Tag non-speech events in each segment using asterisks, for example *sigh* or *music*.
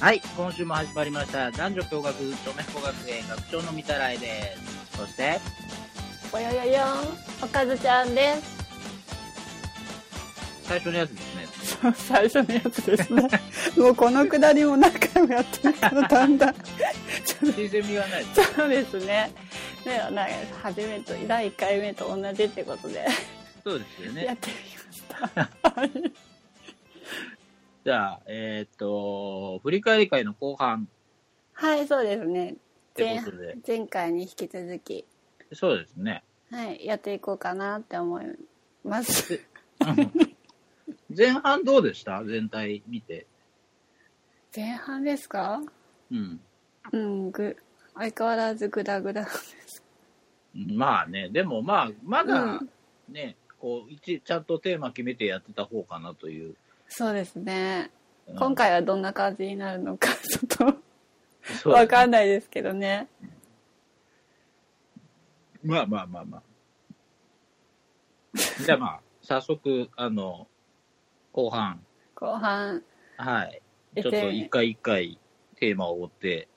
はい、今週も始まりました。男女共学、女目工学園学長のみたらいです。そして、ぽよよよんおかずちゃんで最初のやつですね。 *laughs* 最初のやつですね。 *laughs* もうこのくだりも何回もやってるから、だんだん。新鮮味がないです。 *laughs* そうですね。ね、なんか初めと、第1回目と同じってことで、そうですよやねっ。てみました。はい。じゃあ、えーっと、振り返り会の後半はい、そうですね。ってことで、前回に引き続き、そうですね。はい、やっていこうかなって思います。前半どうでした全体見て。前半ですかうん。うん、ぐ、相変わらずグダグダ。まあね、でもまあ、まだうんね、こう、一、ちゃんとテーマ決めてやってた方かなという。 *laughs* そうですね。うん今回はどんな感じになるのか、ちょっと、そうわかんないですけどね。まあまあまあまあ。じゃあまあ、早速、あの、後半、後半、はい。ちえょっと一回一回テーマを追って、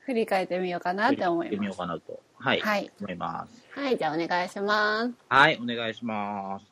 振り返ってみようかなって思やっていみまようす。かなと。はい。はい。思います。はい、じゃあお願いします。はい、お願いします。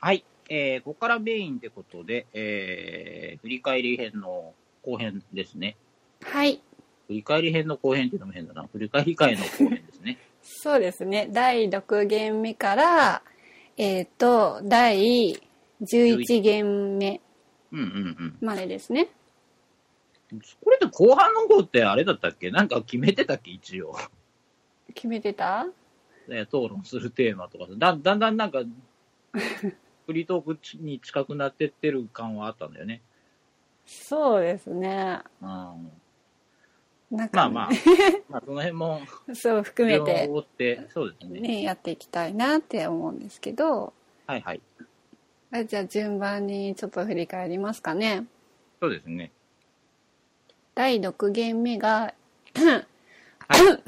はい。えー、ここからメインってことで、えー、振り返り編の後編ですね。はい。振り返り編の後編っていうのも変だな。振り返り会の後編ですね。 *laughs* そうですね。第6弦目から、えっ、と、第11弦目うんうんまでですね。うん。これって後半の方ってあれだったっけなんか決めてたっけ一応。決めてたね、討論するテーマとかさだだんだんなんかフリートークに近くなってってる感はあったんだよね。そうですね。うん、なんまかあ *laughs* ね、まあ、まあその辺もそう含め順てを、追って、そうですね。ね、やっていきたいなって思うんですけど、はいはい。あじゃあ順番にちょっと振り返りますかね。そうですね。第6弦目が、 *clears throat* は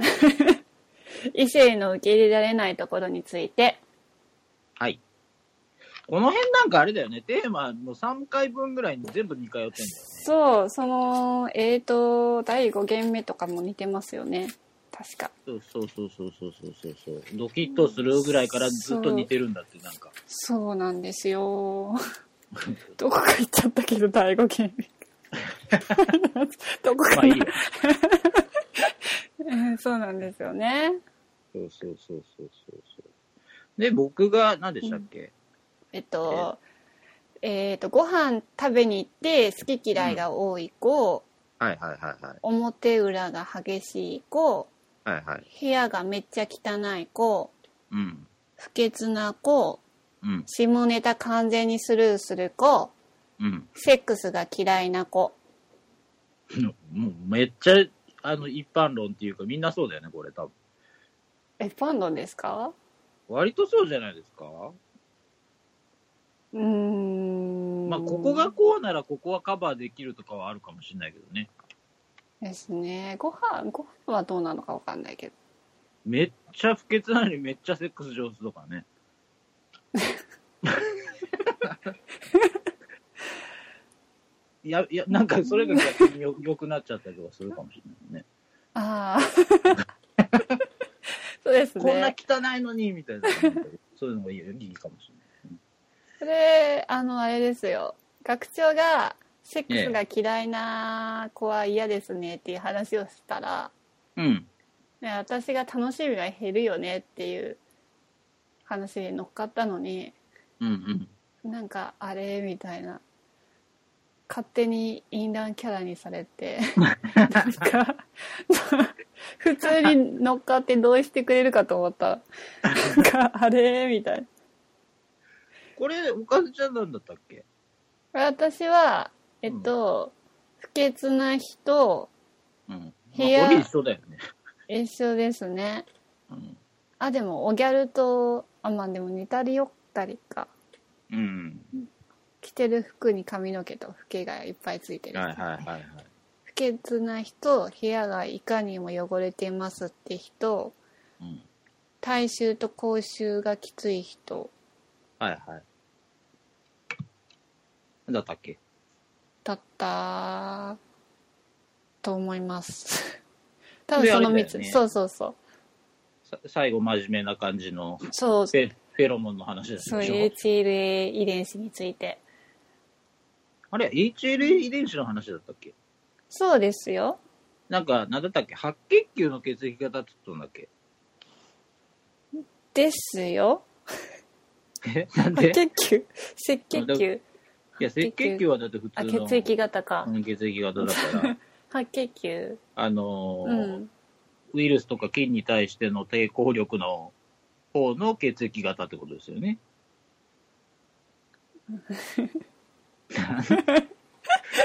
異性の受け入れられないところについて。はい。この辺なんかあれだよね、テーマの3回分ぐらいに全部似通ってんだよ。そう、その、えーと、第5弦目とかも似てますよね。確か。そうそうそうそうそうそうそうそう。ドキッとするぐらいからずっと似てるんだって、なん *laughs* か。そうなんですよ。 *laughs* どこか行っちゃったけど、第5弦目。 *laughs* まあいいどこかな、よ。うん *laughs* そうなんですよね。そうそうそうそうそうそう。で、僕が何でしたっけ、えっと、えーと、ご飯食べに行って好き嫌いが多い子、はいはいはいはい。表裏が激しい子、はいはい。部屋がめっちゃ汚い子、うん。不潔な子、うん。下ネタ完全にスルーする子、うん。セックスが嫌いな子。もうめっちゃ、あの、一般論っていうか、みんなそうだよね、これ多分。え、パンドンですか割とそうじゃないですかうーん。まあ、ここが。こうならここはカバーできるとかはあるかもしれないけどね。ですね。ご飯、ご飯はどうなのかわかんないけど。めっちゃ不潔なのにめっちゃセックス上手とかね。いや、いや、なんかそれが逆に *laughs* よ良くなっちゃったりとかするかもしれないね。ああ。 *laughs* そうですこんなね。汚いのにみたいな。そういうのもいいいいかもしれない。それ、あの、あれですよ。学長が、セックスが嫌いな子は嫌ですねっていう話をしたら、うん。ね、私が楽しみが減るよねっていう話に乗っかったのに、うんうん。なんかあれみたいな勝手にインランキャラにされ *laughs* てなんか普通に乗っかって同意してくれるかと思ったなんかあれみたいなこれ、おかずちゃんなんだったっけ私はえっと、不潔な人うん。部屋まあ、これ一緒だよね。一緒ですね。うん。あ、でも、おギャルと、あ、まあでも似たりよったりか。うん。着てる服に髪の毛とフケがいっぱいついてる。はいはいはいはい。不潔な人、部屋がいかにも汚れてますって人、うん。体臭と口臭がきつい人はいはい。なんだったっけだったと思い *laughs* ます。多分その3つ、それあれだよねそうそうそう。さ最後真面目な感じのそう、フェフェロモンの話ですそう、でしょ HLA 遺伝子について。あれ ?HLA 遺伝子の話だったっけそうですよ。なんか、なんだったっけ白血球の血液型って言ったんだっけですよ。えなん赤で血球赤血球いや、赤血球はだって普あ、通の血液型かう。ん血液型だ *laughs* から、白血球。あのうーん。ウイルスとか菌に対しての抵抗力の方の血液型ってことですよ *laughs* ね。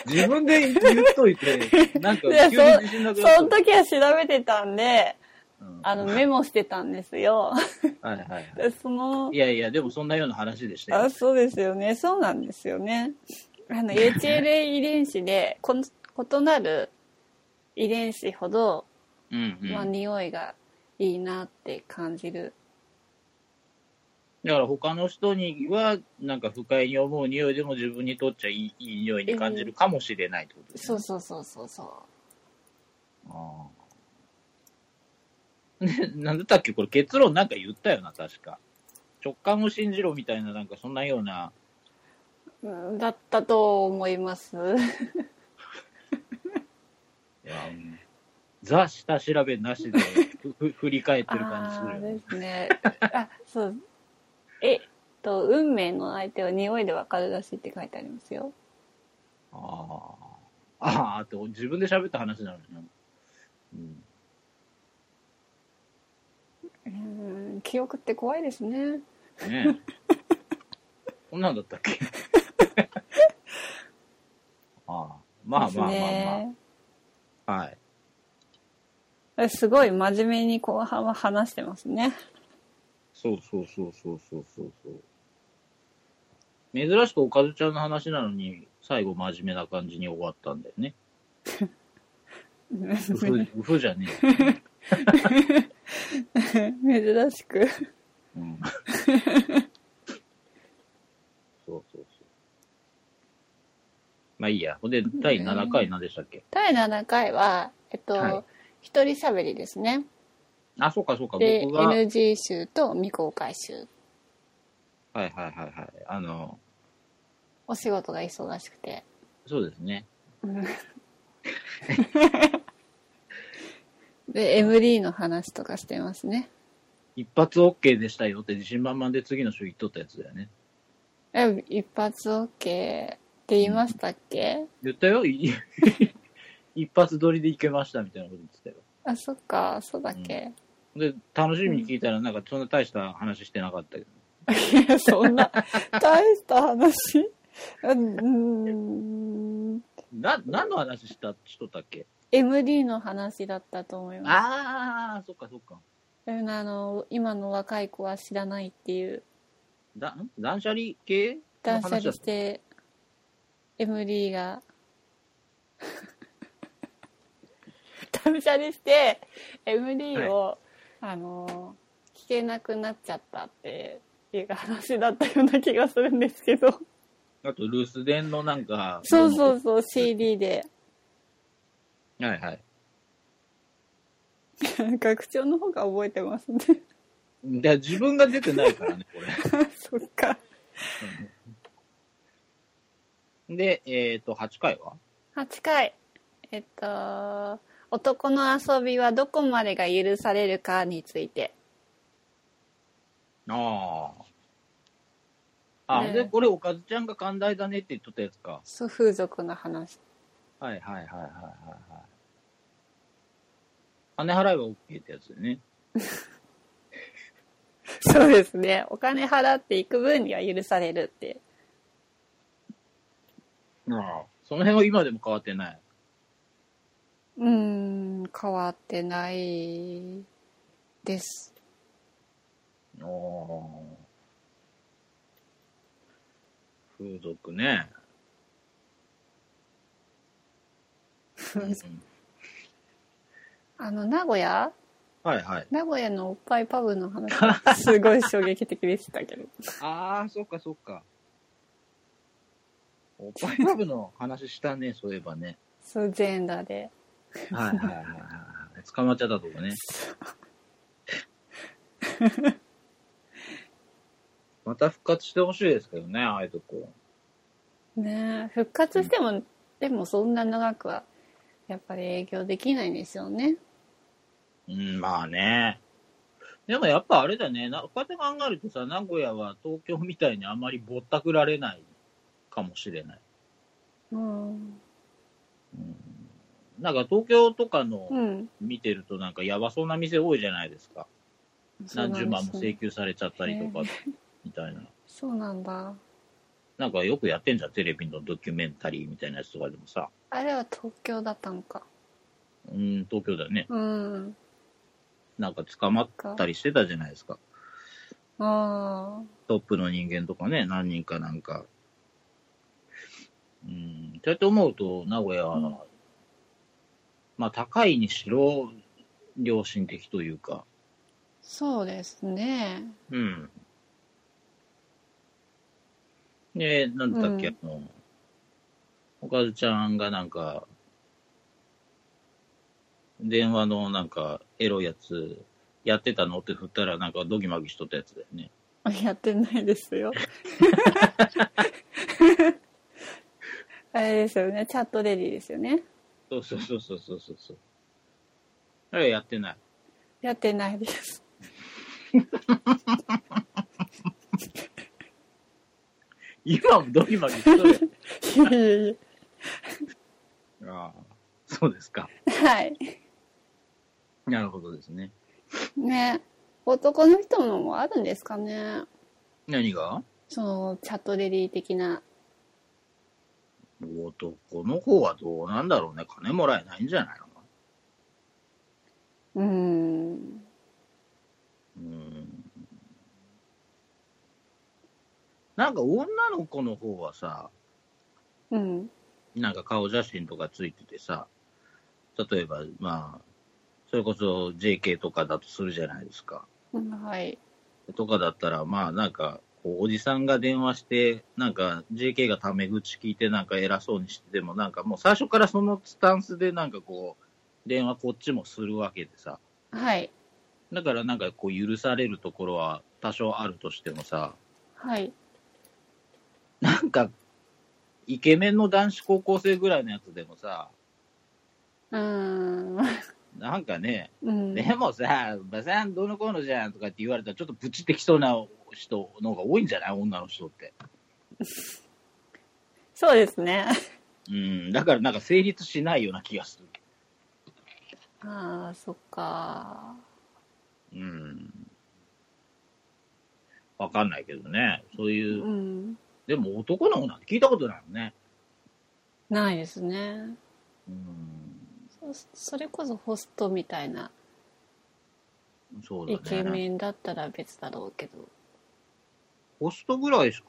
自分で言っといて、なんかいや急に自信なくなっそのた。時は調べてたんで、うんあの、メモしてたんです *laughs* よ。はいはいはいでそのい、やいや、でもそんなような話でしたよあ、。そうですよね。そうなんですよね。あの、HLA 遺伝子で、この、異なる遺伝子ほど、うんうん。まあ、匂いがいいなって感じる。だから他の人には、なんか不快に思う匂いでも自分にとっちゃいいいい匂いに感じるかもしれないってことですそねう。そうそうそうそああ。 *laughs* ね、なんだったっけこれ結論なんか言ったよな、確か。直感を信じろみたいな、なんかそんなような。ううん。だったと思います。いやうんザ下調べな *laughs* しでふふ振り返ってる感じするあよーね。ですね。あ、そう。えっと、運命の相手は匂いでわかるらしいって書いてありますよ。ああー。ああ、って自分で喋った話なのにな。うん。うーん、記憶って怖いですね。ね *laughs* え。こんなんだったっけ *laughs* ああ。まあまあまあねまあ。はい。えすごい真面目に後半は話してますね。そうそうそうそうそうそうそう。珍しくおかずちゃんの話なのに、最後真面目な感じに終わったんだよね。うふ、うふじゃね *laughs* え。珍しく。うん。 *laughs* そうそうそう。まあいいや。ほんで、第7回何でしたっけ、第7回は、えっと、はい一人喋りですね。あ、そうかそうか。で、僕が、はい NG 集と未公開集。はいはいはい。あの、お仕事が忙しくて。そうですね。で、MD の話とかしてますね。一発 OK でしたよって自信満々で次の週言っとったやつだよね。え、一発 OK って言いましたっけ、言ったよ。い *laughs* 一発撮りでいけましたみたいなこと言ってたよ。あ、そっか、そうだっけ、で、楽しみに聞いたら、なんか、そんな大した話してなかったけど。いや、 *laughs* そんな、大した話うん、な、何の話した、しとったっけ MD の話だったと思います。ああ、そっかそっか。うんあの、今の若い子は知らないっていう、だ、ん断捨離系の断捨話だ離っ。したて、MD が、 *laughs* 断捨離して、MD を、あの、聞けなくなっちゃったっていう話だったような気がするんですけど。あと、留守電のなんか。 *laughs* そうそう *laughs* そう、CD で。う。はいはい。学長の方が覚えてますね。で、自分が出てないからね、これ。 *laughs* *laughs* そっか。うんで、えっ、と、8回は8回。えっと、男の遊びはどこまでが許されるかについて。ああ。あ、ねえで、これ、おかずちゃんが寛大だねって言っとったやつか。そう、風俗の話。はいはいはいはいはいはい。金払えば OK ってやつだよね。 *laughs* そうですね。お金払っていく分には許されるって。ああその辺は今でも変わってない。うーん変わってないですおー風俗ね。うんあの名古屋はいはい。名古屋のおっぱいパブの話 *laughs* がすごい衝撃的でしたけどああ、そっかそっか。おっぱいパブの話したね、そういえばね。そう全裸ではいはいはいはい。捕まっちゃったとこ *laughs* ね。また復活してほしいですけどね、ああいうとこ。ねえ復活しても、でもそんな長くはやっぱり営業できないんですよねうん、まあね。でもやっぱあれだね、なこうやって考えるとさ、名古屋は東京みたいにあまりぼったくられないかもしれない。うん、うん、なんか東京とかのうん、見てるとなんかやばそうな店多いじゃないですか。そう何なん十で万もす請ね求されちゃったりとか、みたいな。そうなんだなんかよくやってんじゃん、テレビのドキュメンタリーみたいなやつとかでもさ。あれは東京だったのかうん、東京だよね。うんなんか捕まったりしてたじゃないですか。ああトップの人間とかね、何人かなんか。うん、そうやって思うと、名古屋は、うんまあ高いにしろ、良心的というか、そうですねうん。で、なんだっけ、うんあの、おかずちゃんがなんか、電話のなんか、エロいやつ、やってたのって振ったら、なんかドギマギしとったやつだよね。 *laughs* やってないです *laughs* よあれですよねチャットレディですよねそうそうそうそうそうそうそう。あれやってない。やってないです今もドギマギしとるやんい *laughs* やいやいああ、そうですか。やはいなるほどですね。ね男の人のもあるんですかね何がそのチャットレディ的な男の方はどうなんだろうね。金もらえないんじゃないのうーんうんなんか女の子の方はさ、うんなんか顔写真とかついててさ、例えば、まあ、それこそ JK とかだとするじゃないですか。はいとかだったら、まあなんか、こうおじさんが電話して、なんか JK がタメ口聞いてなんか偉そうにしてても、なんかもう最初からそのスタンスでなんかこう、電話こっちもするわけでさ。はいだからなんかこう許されるところは多少あるとしてもさ、はいなんか、イケメンの男子高校生ぐらいのやつでもさ、うーんなんかね、うんでもさ、馬さんどうのこうのじゃんとかって言われたら、ちょっとプチってきそうな人の方が多いんじゃない女の人って。そうですねうん、だからなんか成立しないような気がする。ああそっかうん。わかんないけどね。そうういう、んでも男の子なんて聞いたことないもんね。ないですねうん、そそれこそホストみたいなそうだね。イケメンだったら別だろうけどホストぐらいしか、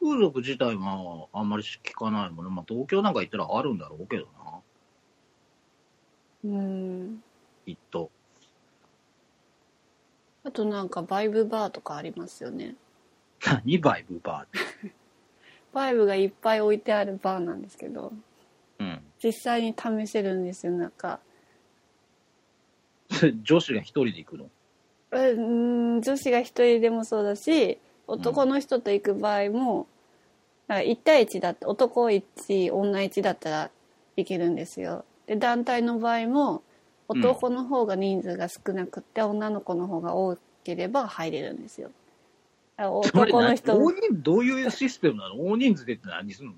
風俗自体はあんまり聞かないもんね。まあ、東京なんか行ったらあるんだろうけどな、うんきっと。あとなんかバイブバーとかありますよね *laughs* 何バイブバーって。バイブがいっぱい置いてあるバーなんですけどうん。実際に試せるんですよなんかそれ *laughs* 女子が一人で行くの。うーん女子が一人でもそうだし男の人と行く場合も、なんか1対1だって男1女1だったらいけるんですよで団体の場合もうん男の方が人数が少なくて、女の子の方が多ければ入れるんですよだからそれ男の何人も大人どういうシステムなの大人数でって何するのい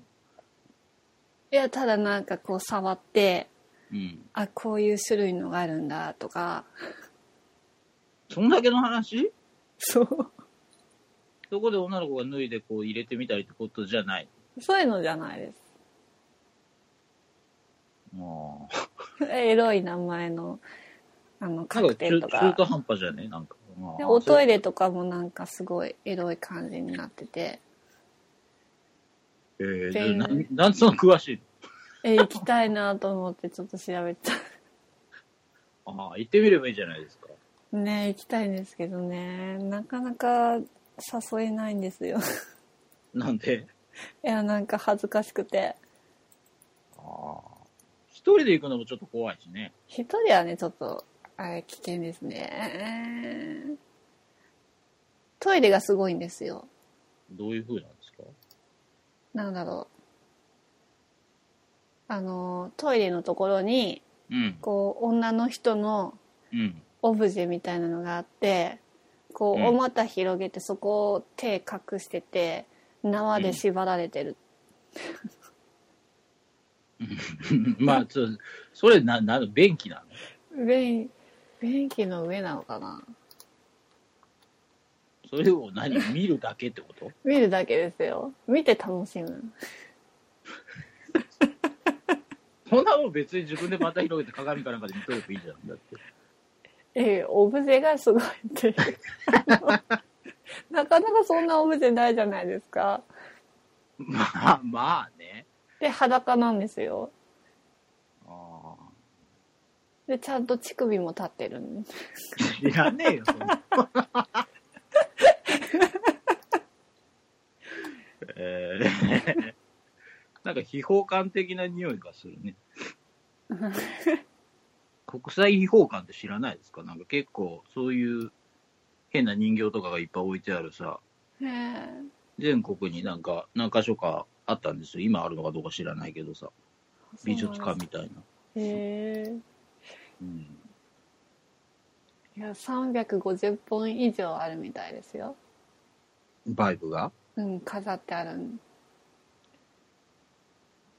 やただなんかこう触ってうん。あこういう種類のがあるんだとかそんだけの話そうそこで女の子が脱いでこう入れてみたりってことじゃない。そういうのじゃないですも *laughs* エロい名前の、あの、う、なんか中各店と中か。途半端じゃねなんか。まあで、おトイレとかもなんかすごいエロい感じになってて。えー、全で員なんなんでそんな詳しいのえ、行きたいなと思ってちょっと調べた。 *laughs* ああ、行ってみればいいじゃないですか。ね行きたいんですけどね。なかなか誘えないんですよ。 *laughs* なんで、いや、なんか恥ずかしくて。ああ。一人で行くのもちょっと怖いしね。一人はね、ちょっと、あれ、危険ですね。トイレがすごいんですよ。どういう風なんですかなんだろう。あの、トイレのところに、うん。こう、女の人のうん。オブジェみたいなのがあって、こうんう、お股広げて、そこを手隠してて、縄で縛られてる。 *laughs* まあ、ちょそれ、な、な、便器なの便、便器の上なのかなそれを何見るだけってこと見るだけですよ。見て楽しむ。 *laughs* そんなもん別に自分でまた広げて鏡かなんかで見とればいいじゃん。だって。ええ、オブジェがすごい *laughs* っていう。なかなかそんなオブジェないじゃないですか。まあ、まあね。で、裸なんですよ。ああ。で、ちゃんと乳首も立ってるんでいらねえよ、そんな。えー、 *laughs* なんか秘宝感的な匂いがするね。国際秘宝館って知らないですかなんか結構そういう変な人形とかがいっぱい置いてあるさ、ね全国になんか何か所かあったんですよ。今あるのかどうか知らないけどさ、え美術館みたいな。へえうん、いや、350本以上あるみたいですよ。バイブがうん、飾ってあるん。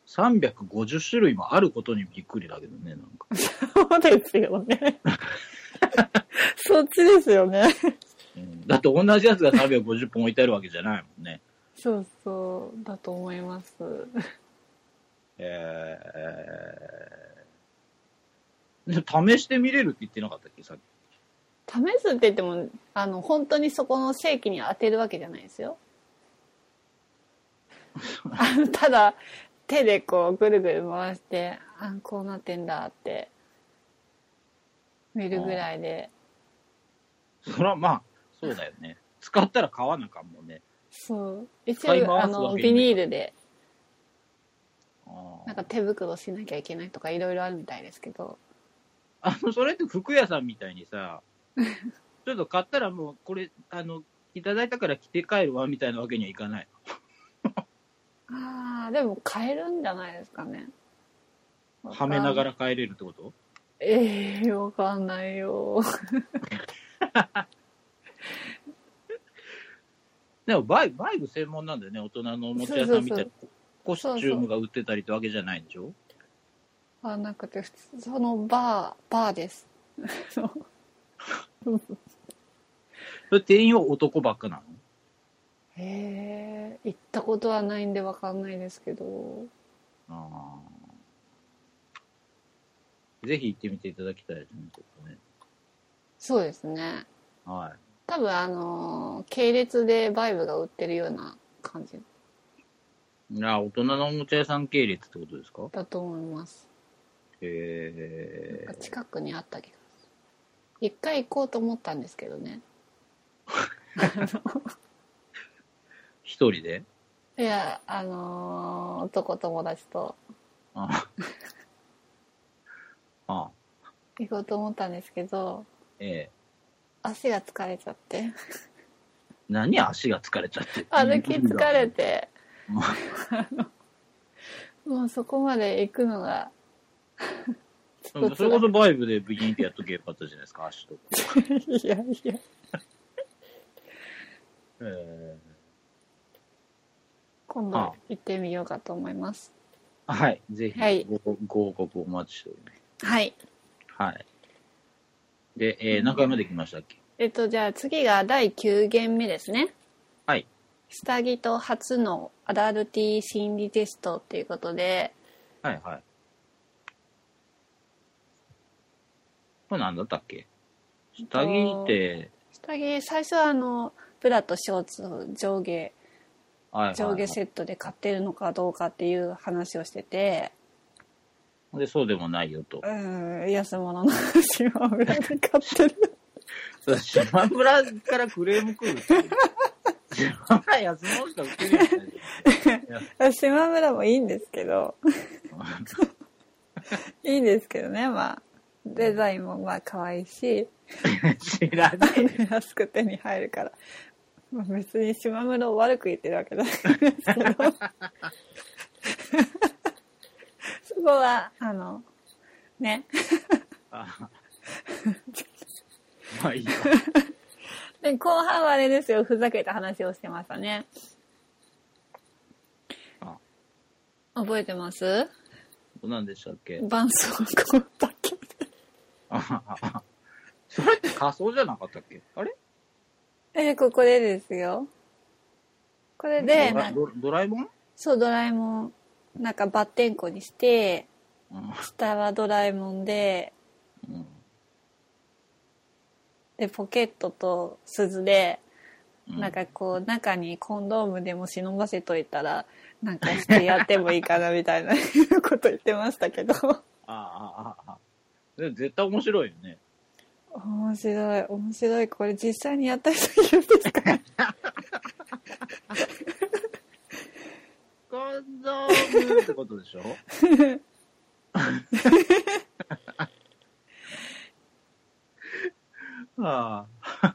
350種類もあることにびっくりだけどね、なんか。そうですよね。そっちですよね。うんだって同じやつが350本置いてあるわけじゃないもんね。そうそう、だと思います。えー、で試してみれるって言ってなかったっけさっき。試すって言っても、あの、本当にそこの正規に当てるわけじゃないです *laughs* よ。あのただ、手でこう、ぐるぐる回して、あ、こうなってんだって、見るぐらいで、そらまあ、そうだよね。使ったら買わなあかんもんね。そう。一使い回す応、あわの、けにビもニールで、あなーんか手袋しなきゃいけないとか、いろいろあるみたいですけど。あの、それって服屋さんみたいに *laughs* さ、ちょっと買ったらもうこれ、あの、いただいたから着て帰るわみたいなわけにはいかない。ああ、でも買えるんじゃないですかね。はめながら。ら帰れるってことええわかんないよ。でもバイバイブ専門なんだよね、大人のおもちゃ屋さんみたいな。コスチュームが売ってたりってわけじゃないんでしょあなくて普通そのバーバーですそれ店員は男ばっかなのへえ行ったことはないんでわかんないですけどあーぜひ行ってみていただきたいですね、ちょっとね。そうですねはい。多分あのー系列でバイブが売ってるような感じいや、大人のおもちゃ屋さん系列ってことですかだと思いますえなんか近くにあった気がする一回行こうと思ったんですけどねー、一人でいやあのー男友達とああ。ああ行こうと思ったんですけどええ足が疲れちゃって何足が疲れちゃって。 *laughs* 歩き疲れてうん。 *laughs* もうそこまで行くのがちそょっれとこそバイブでビギンってやっとけばよかったじゃないですか、足とか。 *laughs* いやいやえ今あ度行ってみようかと思いますーはい。ぜひはいご、ご報告お待ちしております。はいはい。で、えー、何回まで来ましたっけえっとじゃあ次が第9限目ですねはい下着と初のアダルティ心理テストっていうことではいはい。これ何だったっけ下着って、下着最初はあのブラとショーツを上下はいはい上はい下セットで買ってるのかどうかっていう話をしててで、そうでもないよとう。ん安物の島村で買ってる島村からクレーム来るっていう。島村安物しか売ってるやつないじ島村もいいんですけどゃんいいんですけどねまあデザインもまあ可愛いし知らあねえ。の安く手に入るから、まあ、別に島村を悪く言ってるわけじゃないです *laughs* けどそこはあのねあまあいいわ。で後半はあれですよふざけた話をしてましたねあ覚えてますどうなんでしたっけ絆創膏だけあああそれって仮想じゃなかったっけあれえここでですよこれでドラなドドラえもんそうドラえもんなんかバッテンコにしてうん下はドラえもんでうんでポケットと鈴でうんなんかこう中にコンドームでも忍ばせといたらなんかしてやってもいいかなみたいなこと言ってましたけどああああああで絶対面白いよね。面白い面白いこれ実際にやった人いるんですかコンドームってことでしょああ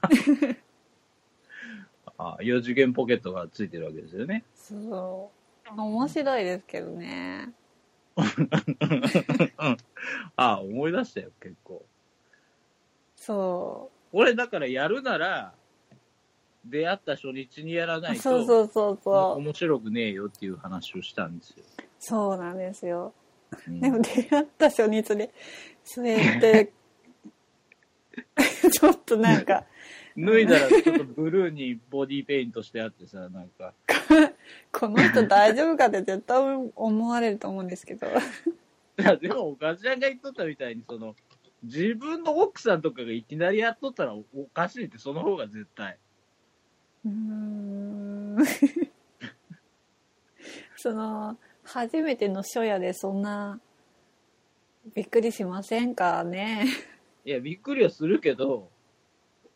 ああ、4次元ポケットがついてるわけですよね。そう面白いですけどねああ、思い出したよ、結構。そ俺、だからやるなら、出会った初日にやらなういと、そうそうそうそう面白くねえよっていう話をしたんですよ。そうなんですようんでも出会った初日でそれって *laughs* ちょっとなんか脱いだらちょっとブルーにボディペイントしてあってさ、なんか、この人大丈夫かって絶対思われると思うんですけどいや、でも、おかちゃんが言っとったみたいに、その、自分の奥さんとかがいきなりやっとったらおおかしいって、その方が絶対。うーん *laughs* その初めての初夜でそんなびっくりしませんかねいや、びっくりはするけど、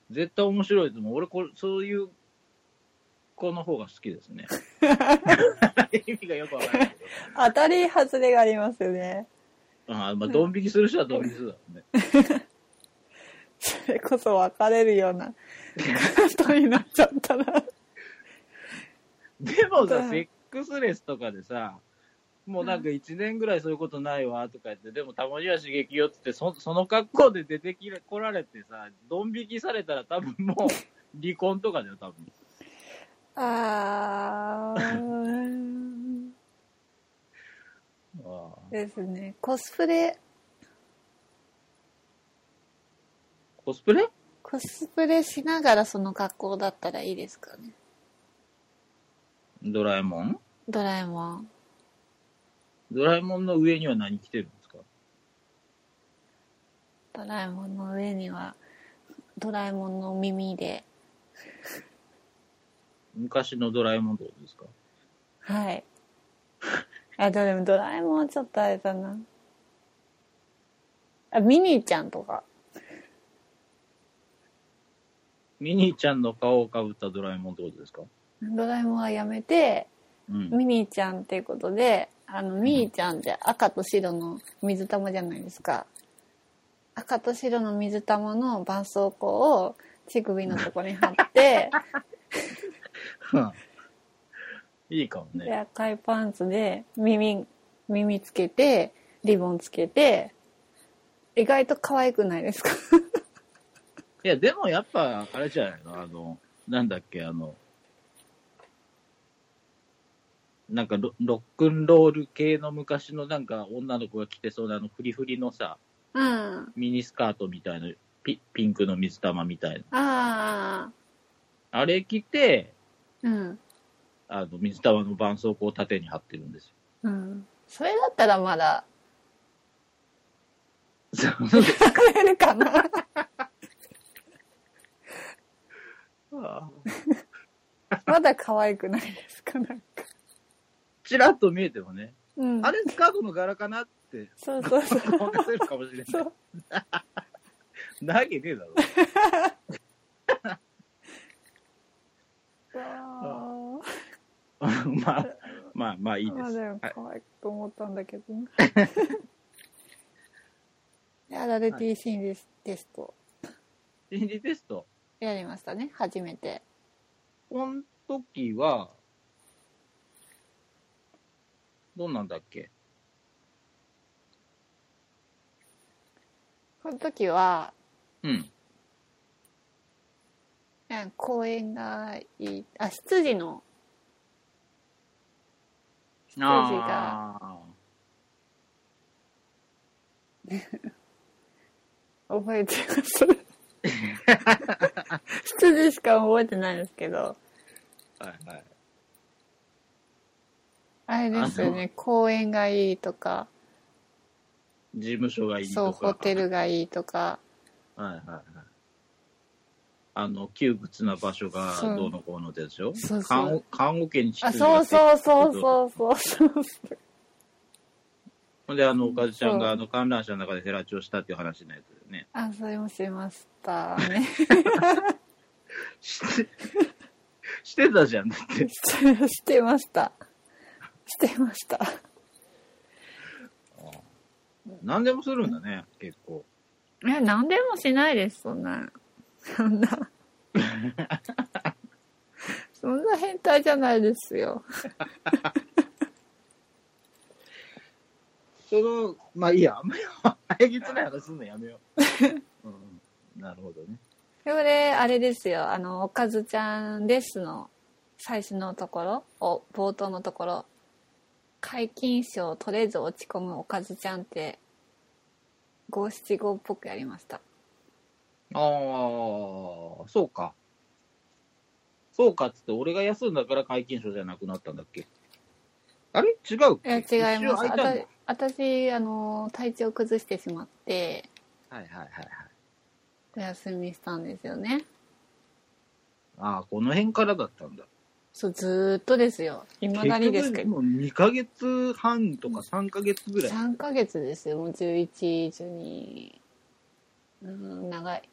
絶対面白いと思う。俺これ、そういう子の方が好きですね。意味がよくわからないけど。当たり外れがありますよねあーまあ、ドン引きする人はドン引きするだろうね。それこそ別れるようなことになっちゃったらでもうさ、 *laughs* んセックスレスとかでさ、もうなんか1年ぐらいそういうことないわとか言って、でもたまには刺激よってってそ、その格好で出てきれ来られてさ、ドン引きされたら多分もう *laughs* 離婚とかだよ、多分。あーああですねコスプレコスプレコスプレしながらその格好だったらいいですかねドラえもんドラえもんドラえもんの上には何着てるんですかドラえもんの上にはドラえもんの耳で昔のドラえもんってことですかはいあでもドラえもんはちょっとあれだなあミニーちゃんとかミニーちゃんの顔をかぶったドラえもんってことですかドラえもんはやめてうん。ミニーちゃんっていうことであのミニーちゃんって赤と白の水玉じゃないですか赤と白の水玉の絆創膏を乳首のとこに貼 *laughs* って、 *laughs* いいかもでね。赤いパンツで耳耳つけてリボンつけて意外と可愛くないですかいや、でもやっぱ、あれじゃないのあの、なんだっけ、あの、なんかロロックンロール系の昔のなんか女の子が着てそうなあのフリフリのさ、うんあミニスカートみたいな、ピピンクの水玉みたいな。ああれ着て、うんあの、水玉の絆創膏を縦に貼ってるんですよ。うんそれだったらまだそうですくれるかな *laughs* か。まだ可愛くないですかなんか。 *laughs* ちらっと見えてもね、うん。あれスカートの柄かなってそうそう *laughs* そう。思わせるかもしれなそい。うなわけねえだろ。 *laughs* あまあ、まあ、まあいいーでまあす。でもはい可愛いと思ったんだけどね。 *laughs* で、アダルティ心理テスト心理テスト。やりましたね、初めて。この時は、どんなんだっけこの時は、うん。うん公園がいい、あ、羊の、羊があ覚えて *laughs* ます。羊しか覚えてないですけど。ー。はいはい。あれですよあね、公園がいいとか、事務所がいいとか。そう、ホテ。ルがいいとか、はいはいはい。あの、窮屈な場所がどうのこうのでしょそうそう看護看護家にあ、羊そうそうそうう。そうそう *laughs* そう。ほんで、あの、おかずちゃんそうがあの観覧車の中でヘラチをしたっていう話のやつだよね。あ、それもしましたね。して、 *laughs* してたじゃん、だって。 *laughs* してました。してました。何でもするんだね、結構。え、何でもしないです、そんな。そん *laughs* な。そんな変態じゃないですよ。その、まあいいや、あんまり、あやぎつない話すんのやめよ *laughs* う。うん、なるほどね。これ、あれですよ。あの、おかずちゃんですの最初のところ、お冒頭のところ、解禁賞取れず落ち込むおかずちゃんって、五七五っぽくやりました。ああ、そうか。そうかっつって、俺が休んだから皆勤賞じゃなくなったんだっけ。あれ違うっいけや、違い一周ます。空あいたんた私、あの、体調崩してしまって、だはいはいはいはい。お休みしたんですよね。ああ、この辺からだったんだ。そう、ずーっとですよ。未だにです結けど。局もう2ヶ月半とか3ヶ月ぐらい。 3ヶ月ですよ。もう11、12。うーん、長い。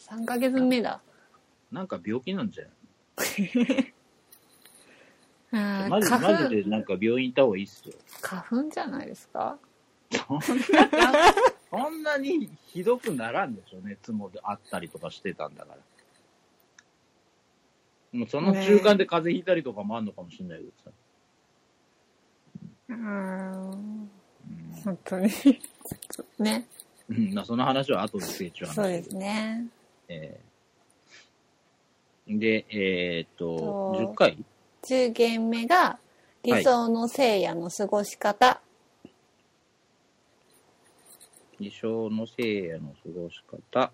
3ヶ月目だ。なんか病気なんじゃないママジマジでなんか病院行った方がいいっすよ。花粉じゃないですかそんな、そんなにひどくならんでしょ、熱もあったりとかしてたんだから。もうその中間で風邪ひいたりとかもあんのかもしれないけどさ。うーんうん本当にちょっとねうん、まあその話は後で成長話そうですねえーで、えーっと、と10回10件目が理想の聖夜の過ごし方、理想の聖夜の過ごし方。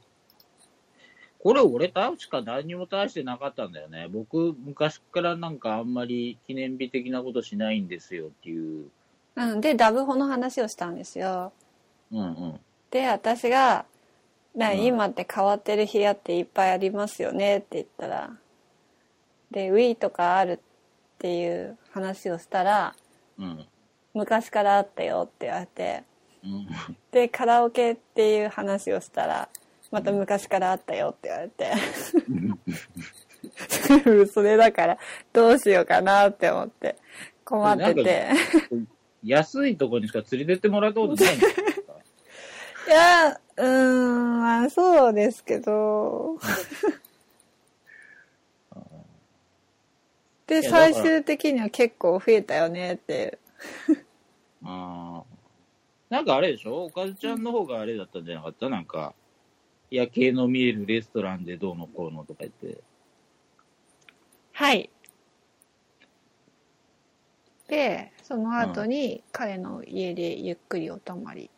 これ俺たしか何にも大してなかったんだよね。僕、昔からなんかあんまり記念日的なことしないんですよっていう。うん、でダブホの話をしたんですようんうん。で私がなうん今って変わってる部屋っていっぱいありますよね」って言ったらで「Wii とかある」っていう話をしたらうん。 「昔からあったよ」って言われてうん。でカラオケっていう話をしたらまた昔からあったよって言われて *laughs* それだからどうしようかなって思って困ってて安いとこにしか連れてってもらったことないんだよいやうーんまあそうですけ *laughs* どでいやだから最終的には結構増えたよねって *laughs* あーなんかあれでしょおかずちゃんの方があれだったんじゃなかったなんか、夜景の見えるレストランでどうのこうのとか言って。はいでその後に彼の家でゆっくりお泊まり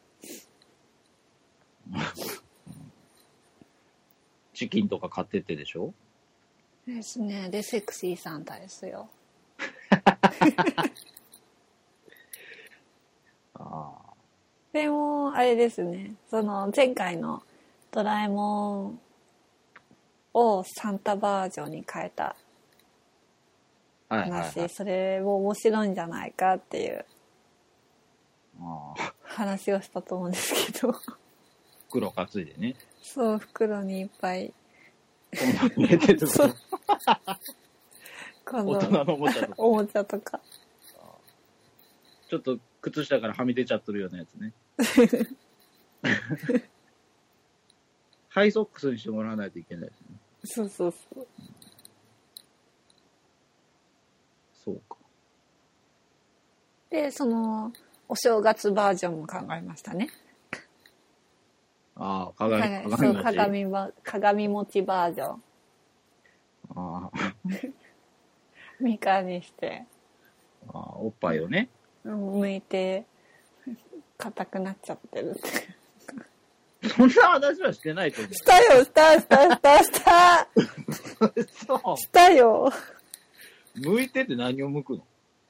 チキンとか買ってってでしょですねでセクシーサンタですよああ。でも、あれですね。その、前回のドラえもんをサンタバージョンに変えたはいはい、は話、い。それも面白いんじゃないかっていうああ、話をしたと思うんですけ *laughs* ど、袋担いでね。そう、袋にいっぱい、入れてるそう大今度人のおもちゃとかおもちゃとか。ちょっと靴下からはみ出ちゃってるようなやつ *laughs* ね。ハイソックスにしてもらわないといけないですね。そうそうそう。そうか。で、その、お正月バージョンも考えましたね。ああ、は鏡、いそ鏡う、だし鏡ば、鏡餅バージョン。あみかんにして、あああ、おっぱいをね。うん剥いて、硬くなっちゃってる。そんな話はしてないと思う。したよ、した、した、した、した、そしたよ。う。向いてって何を向くの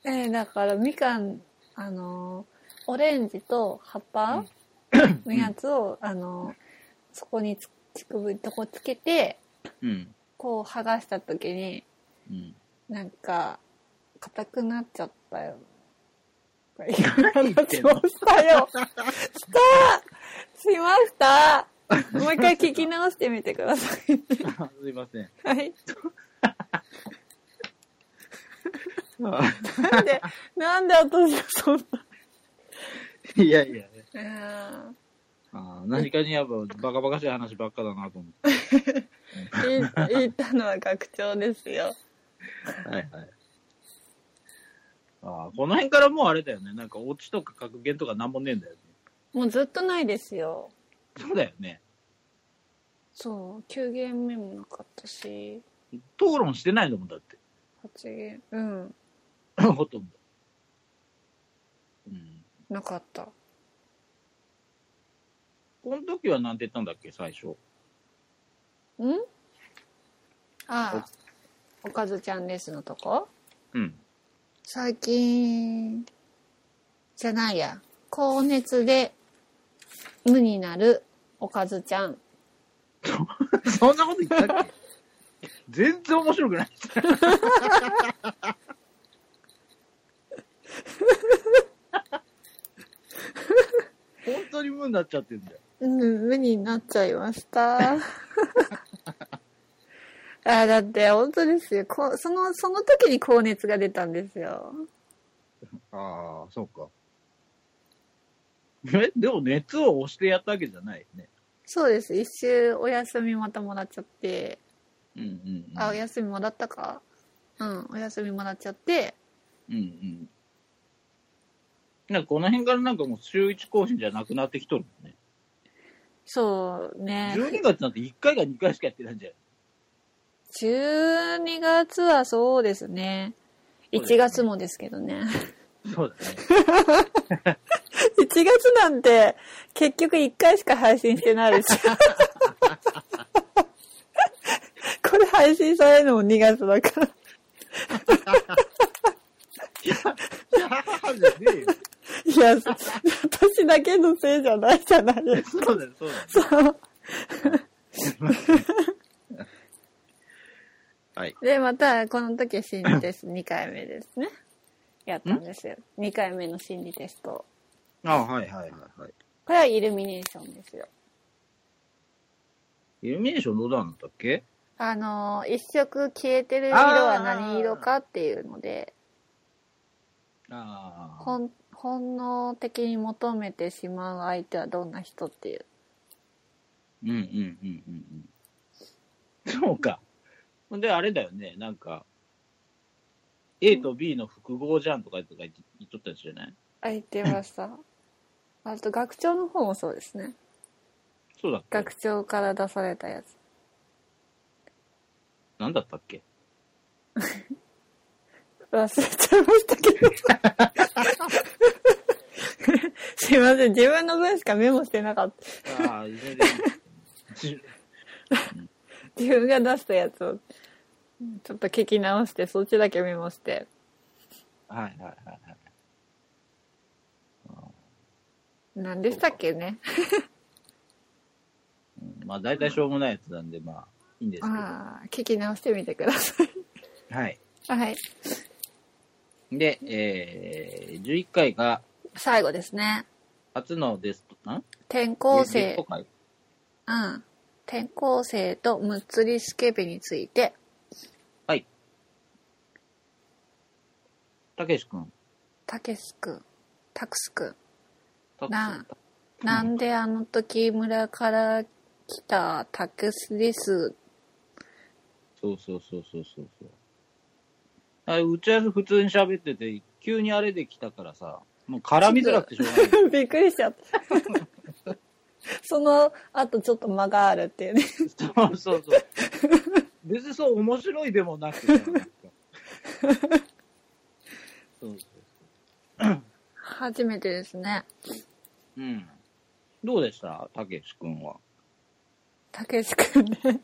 えーだから、みかん、あのー、オレンジと葉っぱのやつを、あのー、そこにつ乳首のとこつけて、うん。こう剥がした時に、うん。 *laughs* なんか、硬くなっちゃったよ。何言ってんのそうしたよ。したしましたもう一回聞き直してみてください。すいません。はい。あなんで、なんで私がそんあ *laughs* いやいや。な。ああ何かにやっぱバカバカしい話ばっかだなと思って。言言ったのは学長ですよ。はいはい。ああ、この辺からもうあれだよね。なんかオチとか格言とかなんもねえんだよね。もうずっとないですよ。そうだよね。そう、9ゲーム目もなかったし、討論してないんだもんだ *laughs* って。 8ゲーム、うん、ほとんど。うん。なかった。この時はなんて言ったんだっけ、最初。んああ、おかずちゃんですのとこうん。最近じゃないや高熱で無になるおかずちゃんそんなこと言ったっけ全然面白くない。本当に無になっちゃってるんだよ。うん無になっちゃいました *laughs* あだって本当ですよこそのその時に高熱が出たんですよああ、そうか。え、でも熱を押してやったわけじゃないよね。そうです一周お休みまたもらっちゃってうんうん、うん。あお休みもらったかうんお休みもらっちゃってうんうん。なんかこの辺からなんかもう週一更新じゃなくなってきとるもんね。そうね12月なんて1回か2回しかやってないんじゃない12月はそうですね。そうですね1月もですけどね。 *laughs* そうだね。 *laughs* 1月なんて結局1回しか配信してない *laughs* ですよ。これ配信されるのも2月だから。いや、いや母じゃねえよ。いや、そ私だけのせいじゃないじゃないですか。 *laughs* そうだよ、そうだよ。そうはい。で、またこの時心理 *laughs* テスト2回目ですね。やったんですよ。2回目の心理テスト。あはいはいはいはい。これはイルミネーションですよ。イルミネーションどうなんだったっけあのー、一色消えてる色は何色かっていうので、ああ。本本能的に求めてしまう相手はどんな人っていう。うんうんうんうんうん。そうか。ほんで、あれだよね、なんか、A と B の複合じゃんとかとか言って言っとったやつじゃないあ、言ってました。あと、学長の方もそうですね。そうだっけ学長から出されたやつ。なんだったっけ忘れちゃいましたけど。 *laughs* すいません。自分の分しかメモしてなかった。ああ、い *laughs* ずれでいいじ自分が出したやつを、ちょっと聞き直して、そっちだけメモして。はいはいはいはい。何でしたっけね。うんまあ、大体しょうもないやつなんで、まあ、いいんですけど。ああ、聞き直してみてくださはい。い。はい。で、えー、11回が、最後ですね。初のデスト、ん転校ゲスト生、会うん。転校生とむっつりスケベについて。はい。たけし君。たけしくん、たくすくたくなしん、なんであの時村から来たたくすです。そうそうそうそうそうそう。あれ打ち合わせ普通に喋ってて、急にあれで来たからさ、もう絡みづらくてしょうがない。 *laughs* びっくりしちゃった。その後ちょっと間があるっていうね。 *laughs* そうそうそう。別にそう面白いでもなくさ。なんかそうそう初めてですね。そう。うん。どうでしたたけし君は。たけしくんね。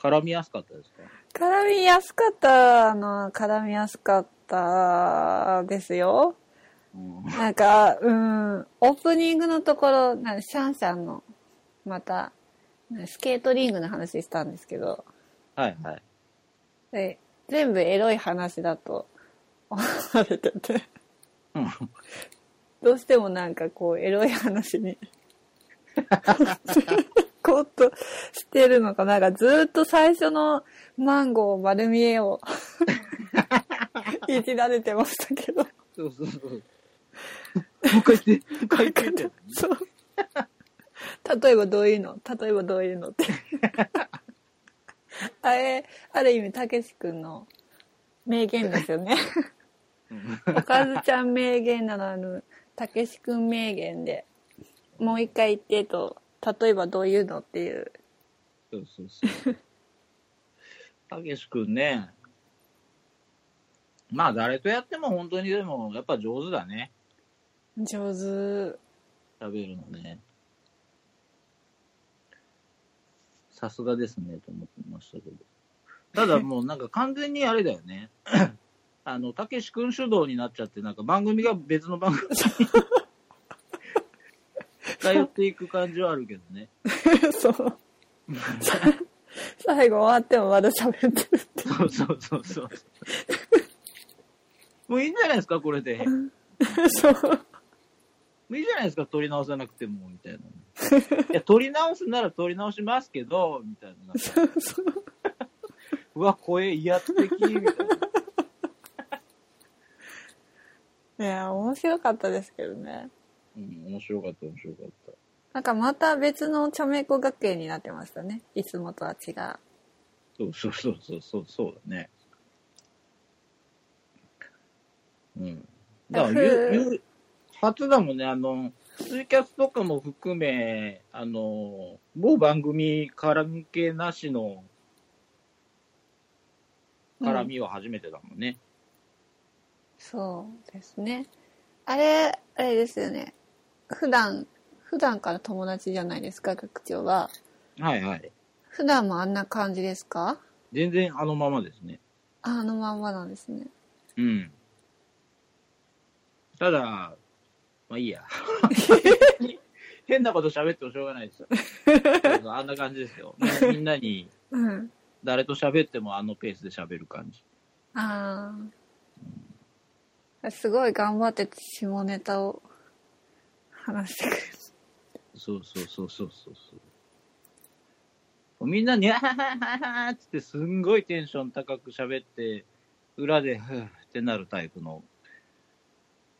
絡みやすかったですか絡みやすかったのは絡みやすかったですよ。うん。なんか、うん、オープニングのところ、なんかシャンシャンの、また、なんかスケートリングの話したんですけど、はいはい。で全部エロい話だと思われてて、うんどうしてもなんかこう、エロい話に、こうっとしてるのかな、なんかずーっと最初のマンゴー丸見えを *laughs* いじられてましたけど。そうそうそう。もう一回言 *laughs* って、もう一回言って。そう。例えばどういうの例えばどういうのって。あれ、ある意味、たけし君の名言ですよね。うんおかずちゃん名言ならぬ、たけし君名言で、もう一回言ってと、例えばどういうのっていう。そうそうそう。たけし君ね。まあ誰とやっても本当にでもやっぱ上手だね。上手。 *laughs* 喋るのね。さすがですね、と思ってましたけど。ただもうなんか完全にあれだよね。 *coughs* あの、たけし君主導になっちゃって、なんか番組が別の番組に *laughs* 頼っていく感じはあるけどね。そう。最後終わってもまだ喋ってる。そうそうそう *laughs* そう。もういいんじゃないですか、これで。もそう。ういいじゃないですか、撮り直さなくても、み *laughs* たいな。いや、撮り直すなら撮り直しますけど、みたいな。なんかそううわ、声威圧的、みたいな。いや、面白かったですけどね。うん、面白かった、面白かった。なんかまた別のチャメ子学園になってましたね。いつもとは違う。そうそうそうそう、そうそうだね。うん。だから、ゆゆ初だもんね、あの、ツイキャスとかも含め、あの、某番組関係なしの絡みは初めてだもんね。そうですね。あれ、あれですよね。普段、普段から友達じゃないですか、学長は。はいはい。普段もあんな感じですか全然あのままですね。あのまんまなんですね。うん。ただ、まあいいや。変なこと喋ってもしょうがないですよ。あんな感じですよ。みんなに、うん。誰と喋ってもあのペースで喋る感じ。ああ。すごい頑張って下ネタを話してくれる。そうそうそうそうそうそう。みんなに、あははははっつってすんごいテンション高く喋って、裏で、ふーってなるタイプの。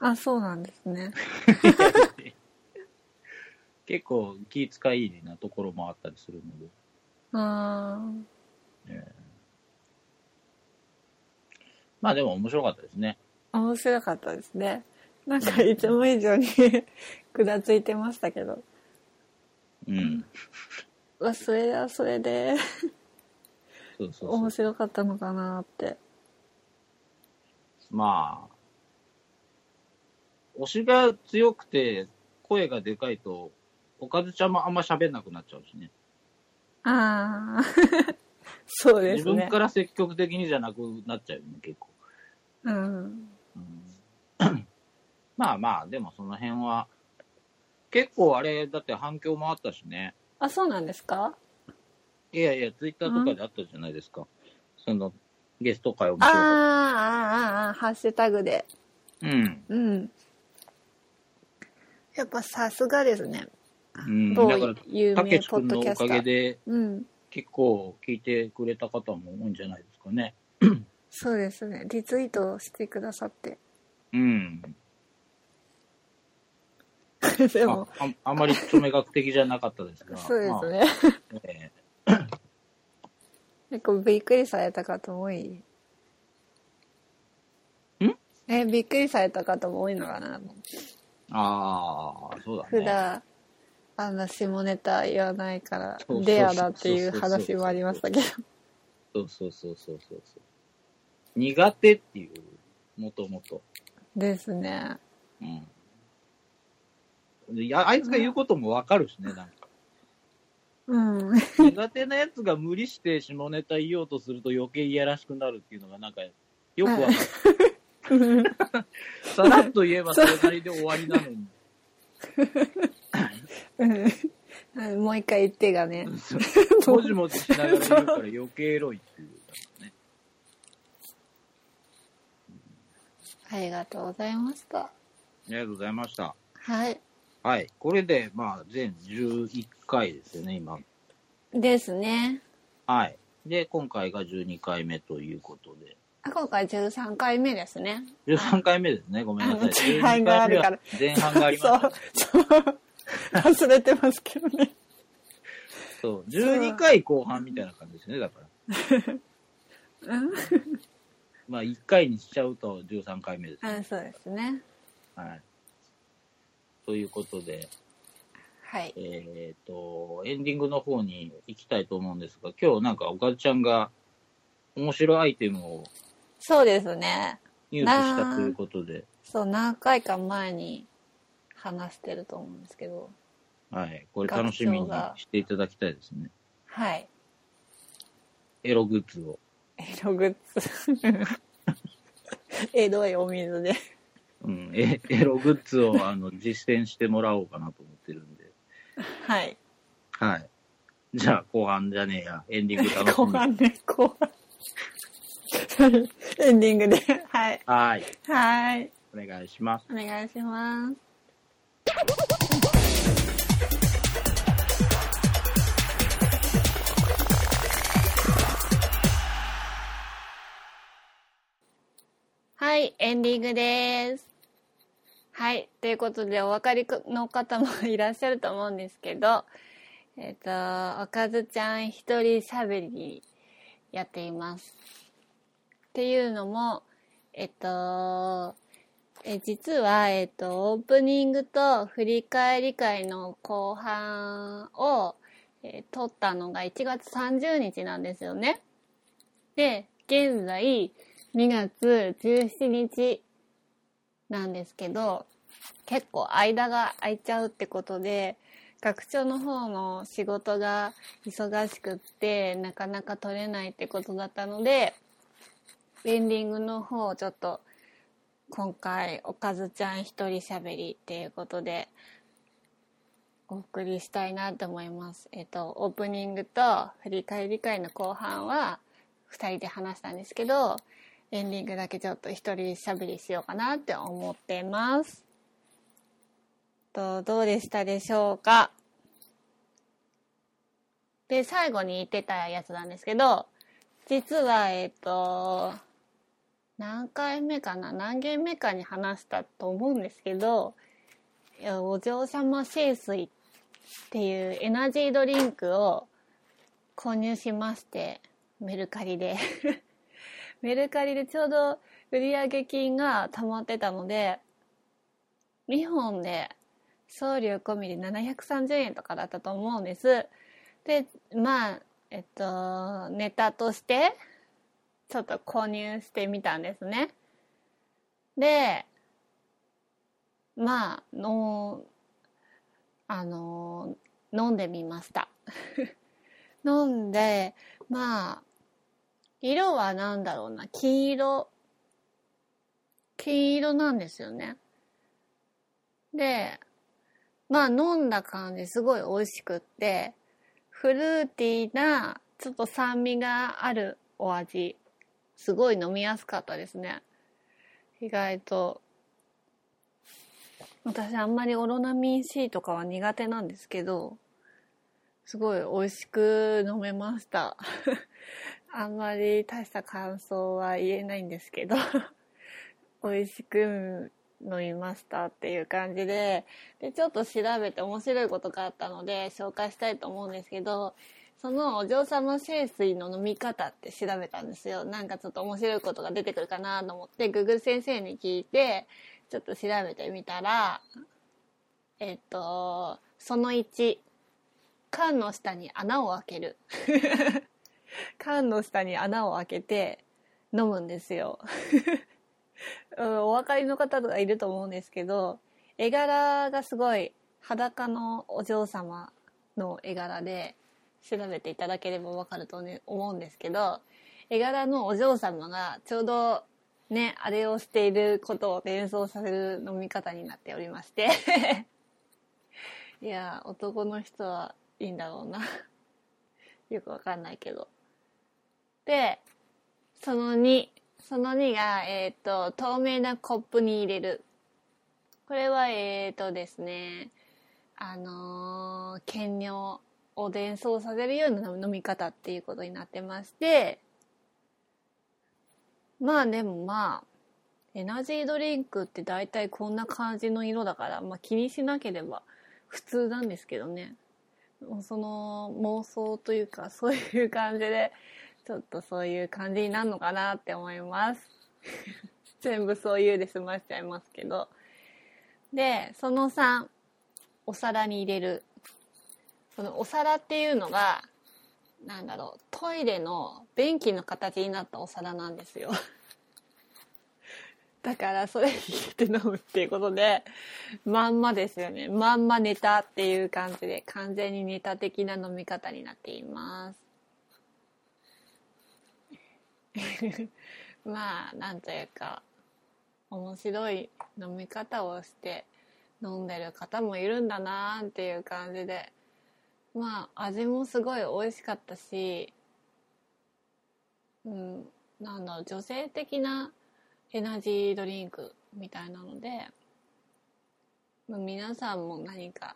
あ、そうなんですね。結構気遣いなところもあったりするので。あまあでも面白かったですね。あ。面白かったですね。なんかいつも以上に *laughs* ぐだついてましたけど。うん。わそれはそれでそうそうそう面。白かったのかなってまあ、推しが強くて、声がでかいと、おかずちゃんもあんま喋んなくなっちゃうしね。ああ *laughs* そうで自す分ねから積極的にじゃなくなっちゃうよね、結構。うん *coughs* うんまあまあ、でもその辺は、結構あれ、だって反響もあったしね。あ、そうなんですかいやいや、ツイッターとかであったじゃないですか。その、ゲスト会をあーあー、あーあー、ハッシュタグで。うん。うん。やっぱさすがですね。うん。だ某から、有たけ名しポ君のッドおキャかスタげー。で、うん。結構聞いてくれた方も多いんじゃないですかね。そうですね。リツイートしてくださって。うん。 *laughs* でも、あああまり著名学的じゃなかったですが。 *laughs* そうですね。まあえ結構びっくりされた方も多い。んえ、びっくりされた方も多いのかな。ーああ、そうだ普ね。段、あんな下ネタ言わないからそうそう、そうレアだっていう話もありまし *laughs* たけど。そうそうそうそうそうそう。苦手っていう、もともと。ですね。うん。いや、あいつが言うこともわかるしね、なんか。 *laughs* うん。 *laughs* 苦手なやつが無理して下ネタ言おうとすると余計いやらしくなるっていうのがなんかよくわかる。 *laughs* さらっと言えばそれなりで終わりなの *laughs* に。うんもう一回言ってがね。もじもじしながら言うから余計エロいっていう、ね。ありがとうございました。ありがとうございました。はい。はい。これで、まあ、全11回ですよね、今。ですね。はい。で、今回が12回目ということで。あ今回13回目ですね。 13回目ですね、ごめんなさい。 *laughs* 前半があるから12回目は前半があります、ね。 *laughs* そう。そう。忘れてますけどね。そう。12回後半みたいな感じですね、だから。まあ、1回にしちゃうと13回目です。あそうですね。はい。ということで、はい。えっ、と、エンディングの方に行きたいと思うんですが、今日なんか、おかずちゃんが、面白いアイテムをそうですね。入手したということで、そう、何回か前に話してると思うんですけど。はい。これ楽しみにしていただきたいですね。はい。エログッズを。エログッズ。エロいお水で。うん、エエログッズをあの実践してもらおうかなと思ってるんで。はい。はい。じゃあ、後半じゃねえや。エンディング楽し後みに。半ね、後半。 *laughs* エンディングで。はい。はい。はい。お願いします。お願いします。はい、エンディングです。はい、ということでお分かりの方もいらっしゃると思うんですけど、えっ、と、おかずちゃん一人喋りやっています。っていうのも、えっ、と、え実は、えっと、オープニングと振り返り会の後半を、えー撮ったのが1月30日なんですよね。で、現在2月17日なんですけど、結構間が空いちゃうってことで、学長の方の仕事が忙しくって、なかなか取れないってことだったので、エンディングの方をちょっと今回おかずちゃん一人しゃべりっていうことでお送りしたいなと思いますえっとオープニングと振り返り会の後半は2人で話したんですけどエンディングだけちょっと一人しゃべりしようかなって思ってますとどうでしたでしょうかで最後に言ってたやつなんですけど実はえっと何回目かな何件目かに話したと思うんですけどいやお嬢様清水っていうエナジードリンクを購入しましてメルカリで *laughs* メルカリでちょうど売上金が溜まってたので2本で送料込みで730円とかだったと思うんですでまあえっとネタとしてちょっと購入してみたんですね。で、まあ、の、あの、飲んでみました。 *laughs* 飲んで、まあ、色は何だろうな、黄色。黄色なんですよね。で、まあ飲んだ感じすごい美味しくって、フルーティーな、ちょっと酸味があるお味。すごい飲みやすかったですね。意外と。私あんまりオロナミン C とかは苦手なんですけど、すごい美味しく飲めました。 *laughs* あんまり大した感想は言えないんですけど、 *laughs* 美味しく飲みましたっていう感じで、で、ちょっと調べて面白いことがあったので紹介したいと思うんですけど、そのお嬢様清水の飲み方って調べたんですよ。なんかちょっと面白いことが出てくるかなと思って、グーグル先生に聞いて、ちょっと調べてみたら、えっと、その1、缶の下に穴を開ける。 *laughs* 缶の下に穴を開けて飲むんですよ。 *laughs* うんお分かりの方がいると思うんですけど、絵柄がすごい裸のお嬢様の絵柄で調べていただければわかると、ね、思うんですけど絵柄のお嬢様がちょうどねあれをしていることを連想させる飲み方になっておりまして *laughs* いやー男の人はいいんだろうな *laughs* よくわかんないけどでその2その2が、えっと透明なコップに入れるこれは、えーとですね、あのー、兼尿を伝送させるような飲み方っていうことになってまして、まあでもまあ、エナジードリンクって大体こんな感じの色だから、まあ気にしなければ普通なんですけどね。その妄想というか、そういう感じで、ちょっとそういう感じになるのかなって思います。 *laughs* 全部そういうで済ましちゃいますけど。で、その3、お皿に入れる。そのお皿っていうのが、なんだろう、トイレの便器の形になったお皿なんですよ。 *laughs* だから、それに入れて飲むっていうことで、まんまですよね。まんまネタっていう感じで、完全にネタ的な飲み方になっています。 *laughs* まあ、なんというか、面白い飲み方をして飲んでる方もいるんだなーっていう感じでまあ味もすごい美味しかったしうんなんだろう女性的なエナジードリンクみたいなのでまあ皆さんも何か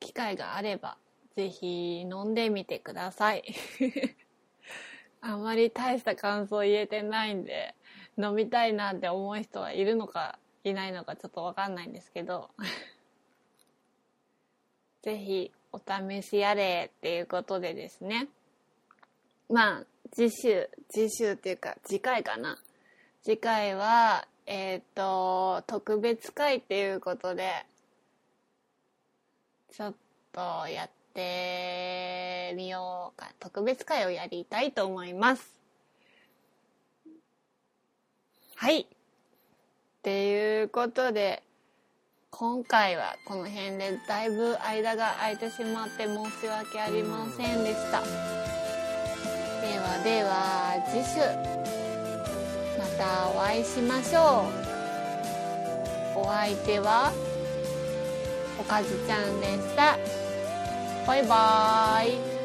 機会があればぜひ飲んでみてください *laughs* あまり大した感想言えてないんで飲みたいなって思う人はいるのかいないのかちょっとわかんないんですけどぜひお試しあれっていうことでですねまあ次週次週っていうか次回かな次回はえっ、と特別会っていうことでちょっとやってみようか特別会をやりたいと思いますはい。っていうことで、今回はこの辺でだいぶ間が空いてしまって申し訳ありませんでした。ではでは、次週、またお会いしましょう。お相手は、おかずちゃんでした。バイバーイ。